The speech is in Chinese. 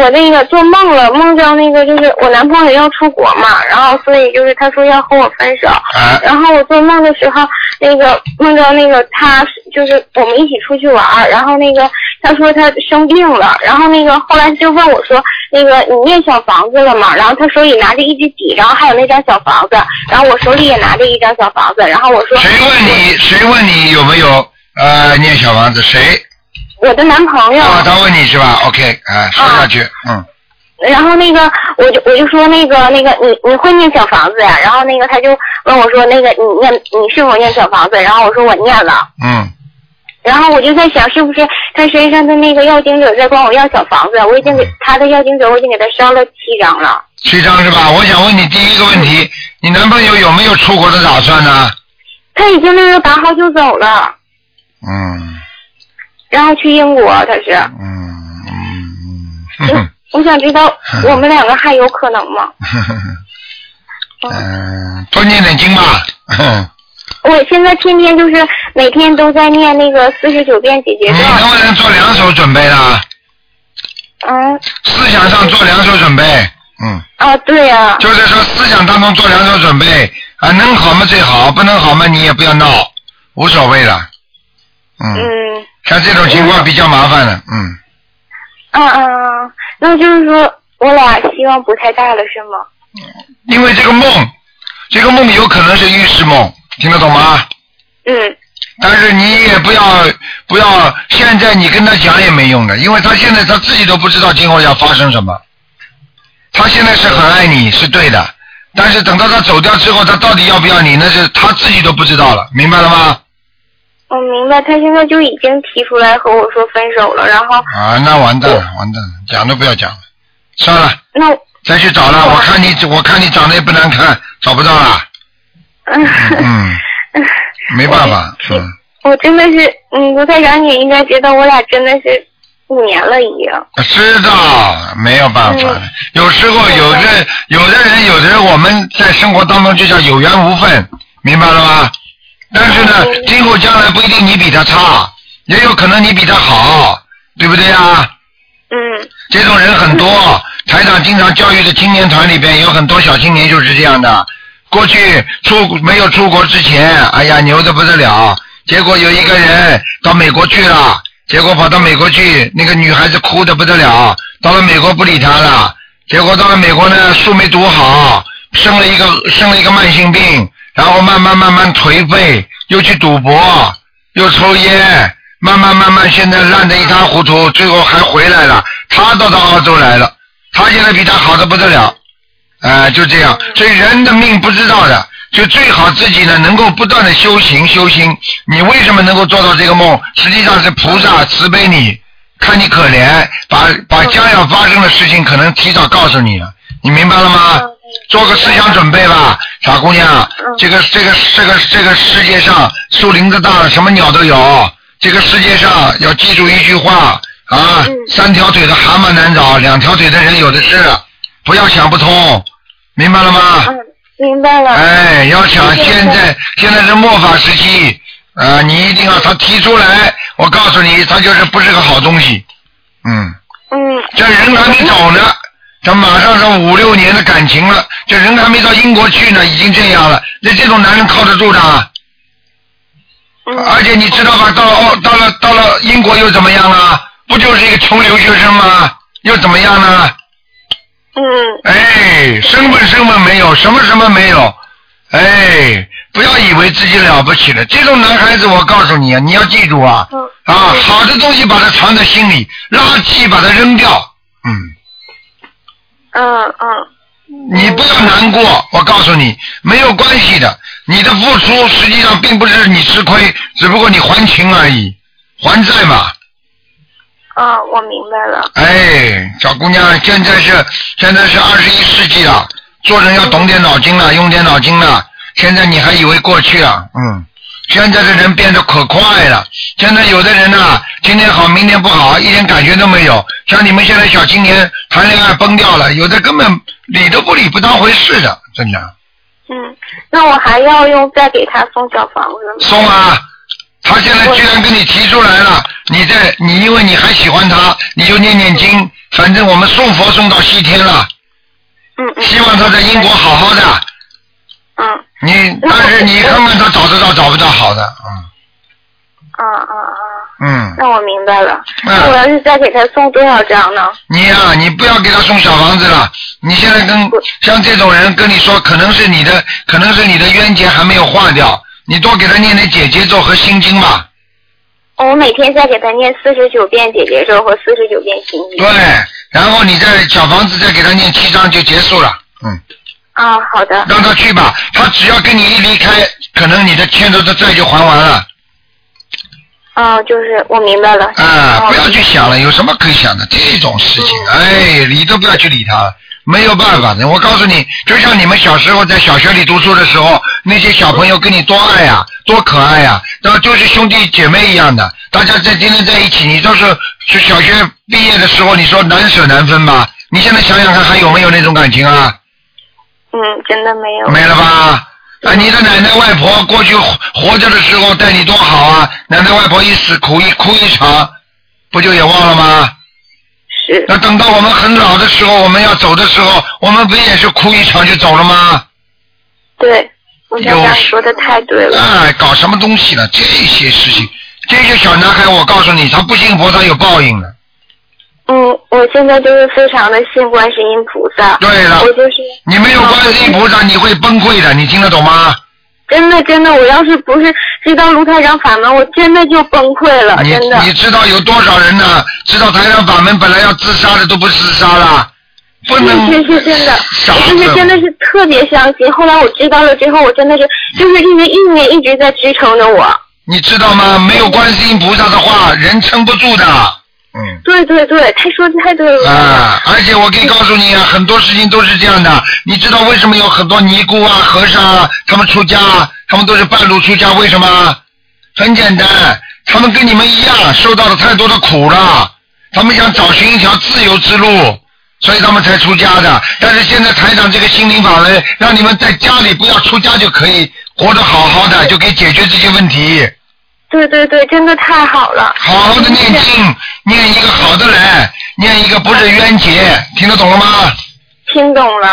我那个做梦了，梦到那个就是我男朋友要出国嘛，然后所以就是他说要和我分手，啊然后我做梦的时候，那个梦到那个他就是我们一起出去玩儿，然后那个他说他生病了，然后那个后来就问我说那个你念小房子了吗？然后他手里拿着一支笔，然后还有那张小房子，然后我手里也拿着一张小房子，然后我说谁问你？谁问你有没有呃念小房子？谁？我的男朋友，啊，他问你是吧？OK，啊，说下去，嗯，然后那个我就我就说那个那个你你会念小房子呀？然后那个他就问我说那个你念你是否念小房子？然后我说我念了。嗯，然后我就在想，是不是他身上的那个药精者在管我要小房子？啊我已经给他的药精者，我已经给他烧了七张了。七张是吧？我想问你第一个问题，你男朋友有没有出国的打算呢？他已经六月八号就走了，嗯然后去英国，他是。嗯嗯嗯哼哼我想知道我们两个还有可能吗？哼哼嗯，哼，嗯，多念点经吧。哼我现在天天就是每天都在念那个四十九遍解你决咒。能不能做两手准备呢？嗯思想上做两手准备，嗯，啊，对呀、啊，就是说思想当中做两手准备啊，能好嘛最好，不能好嘛你也不要闹，无所谓了。嗯，嗯。像这种情况比较麻烦的，嗯，嗯嗯，那就是说我俩希望不太大了，是吗？因为这个梦，这个梦有可能是预示梦，听得懂吗？嗯但是你也不要不要，现在你跟他讲也没用的，因为他现在他自己都不知道今后要发生什么。他现在是很爱你，是对的，但是等到他走掉之后，他到底要不要你，那是他自己都不知道了，明白了吗？嗯我明白，他现在就已经提出来和我说分手了，然后啊，那完蛋了，完蛋了，讲都不要讲了，算了，那再去找了。我看你，我看你长得也不难看，找不到了。嗯，嗯，没办法，嗯， 我真的是，嗯，卢台长，你应该知道我俩真的是五年了已经。知道没有办法的，有时候有的有的人有的人我们在生活当中就叫有缘无分，明白了吗？但是呢，嗯今后将来不一定你比他差，也有可能你比他好，对不对啊？嗯这种人很多，台长经常教育的青年团里边有很多小青年就是这样的。过去出没有出国之前，哎呀牛的不得了，结果有一个人到美国去了，结果跑到美国去，那个女孩子哭的不得了，到了美国不理他了，结果到了美国呢书没读好，生了一个生了一个慢性病，然后慢慢慢慢颓废，又去赌博，又抽烟，慢慢慢慢，现在烂得一塌糊涂，最后还回来了。他倒到澳洲来了，他现在比他好的不得了，哎、就这样。所以人的命不知道的，就最好自己呢能够不断的修行修心。你为什么能够做到这个梦？实际上是菩萨慈悲你，看你可怜，把把将要发生的事情可能提早告诉你了，你明白了吗？做个思想准备吧，傻姑娘嗯，这个这个这个这个世界上树林子大了，什么鸟都有。这个世界上要记住一句话啊嗯，三条腿的蛤蟆难找，两条腿的人有的是。不要想不通，明白了吗？嗯，明白了。哎，要想谢谢现在现在是末法时期，啊，你一定要他提出来，我告诉你，他就是不是个好东西。嗯，嗯这人还没走呢，这马上是五六年的感情了，这人还没到英国去呢，已经这样了，那这种男人靠得住的？嗯而且你知道吧，到了澳，到了到了英国又怎么样啊？不就是一个穷留学生吗？又怎么样呢？嗯哎，身份身份没有，什么什么没有，哎，不要以为自己了不起了。这种男孩子，我告诉你啊，你要记住啊，嗯啊，好的东西把它藏在心里，垃圾把它扔掉。嗯，嗯嗯你不要难过，我告诉你，没有关系的。你的付出实际上并不是你吃亏，只不过你还情而已，还债嘛。啊，我明白了。哎，小姑娘，现在是现在是二十一世纪了，做人要懂点脑筋了，用点脑筋了。现在你还以为过去啊？嗯，现在的人变得可快了。现在有的人呐、今天好，明天不好，一点感觉都没有。像你们现在小青年谈恋爱崩掉了，有的根本理都不理，不当回事的，真的。嗯，那我还要用再给他送小房子吗？送啊！他现在居然跟你提出来了，你在你因为你还喜欢他，你就念念经，反正我们送佛送到西天了，嗯嗯希望他在英国好好的。嗯你但是你看看他找得到找不到好的，啊啊啊！嗯嗯那我明白了。那我嗯，要是再给他送多少张呢？你呀、你不要给他送小房子了。你现在跟像这种人跟你说，可能是你的，可能是你的冤结还没有化掉，你多给他念点解结咒和心经吧。我每天再给他念四十九遍姐姐咒和四十九遍心经。对，然后你再小房子再给他念七章就结束了。嗯，啊，好的。让他去吧，他只要跟你一离开，可能你的欠着的债就还完了。啊，就是我明白了。啊，不要哦去想了，有什么可以想的？这种事情，哎，理都不要去理他了，没有办法的。我告诉你，就像你们小时候在小学里读书的时候，那些小朋友跟你多爱呀、多可爱呀、然后就是兄弟姐妹一样的，大家在天天在一起，你都是就小学毕业的时候，你说难舍难分吧？你现在想想看，还有没有那种感情啊？嗯，真的没有。没了吧？啊，你的奶奶外婆过去活活着的时候待你多好啊！奶奶外婆一死苦一哭一场，不就也忘了吗？是。那等到我们很老的时候，我们要走的时候，我们不也是哭一场就走了吗？对，我觉有得你说的太对了。哎，搞什么东西呢？这些事情，这些小男孩，我告诉你，他不信佛，他有报应的。嗯，我现在就是非常的信观世音菩萨。对了我就是你没有观世音菩萨，你会崩溃的，你听得懂吗？真的真的，我要是不是知道卢台长法门，我真的就崩溃了， 你真的。你知道有多少人呢？知道台上法门本来要自杀的都不自杀了，不能是是是真的，傻我就是子真的是特别相信。后来我知道了之后，我真的是就是因为意念一直在支撑着我。你知道吗？没有观世音菩萨的话，人撑不住的。嗯。对对对，他说的太对了。啊，而且我可以告诉你啊，很多事情都是这样的。你知道为什么有很多尼姑啊、和尚啊，他们出家，啊，他们都是半路出家？为什么？啊很简单，他们跟你们一样，受到了太多的苦了，他们想找寻一条自由之路，所以他们才出家的。但是现在台长这个心灵法门，让你们在家里不要出家就可以活得好好的，就可以解决这些问题。对对对，真的太好了。好好的念经，念一个好的人，念一个不是冤结，听得懂了吗？听懂了。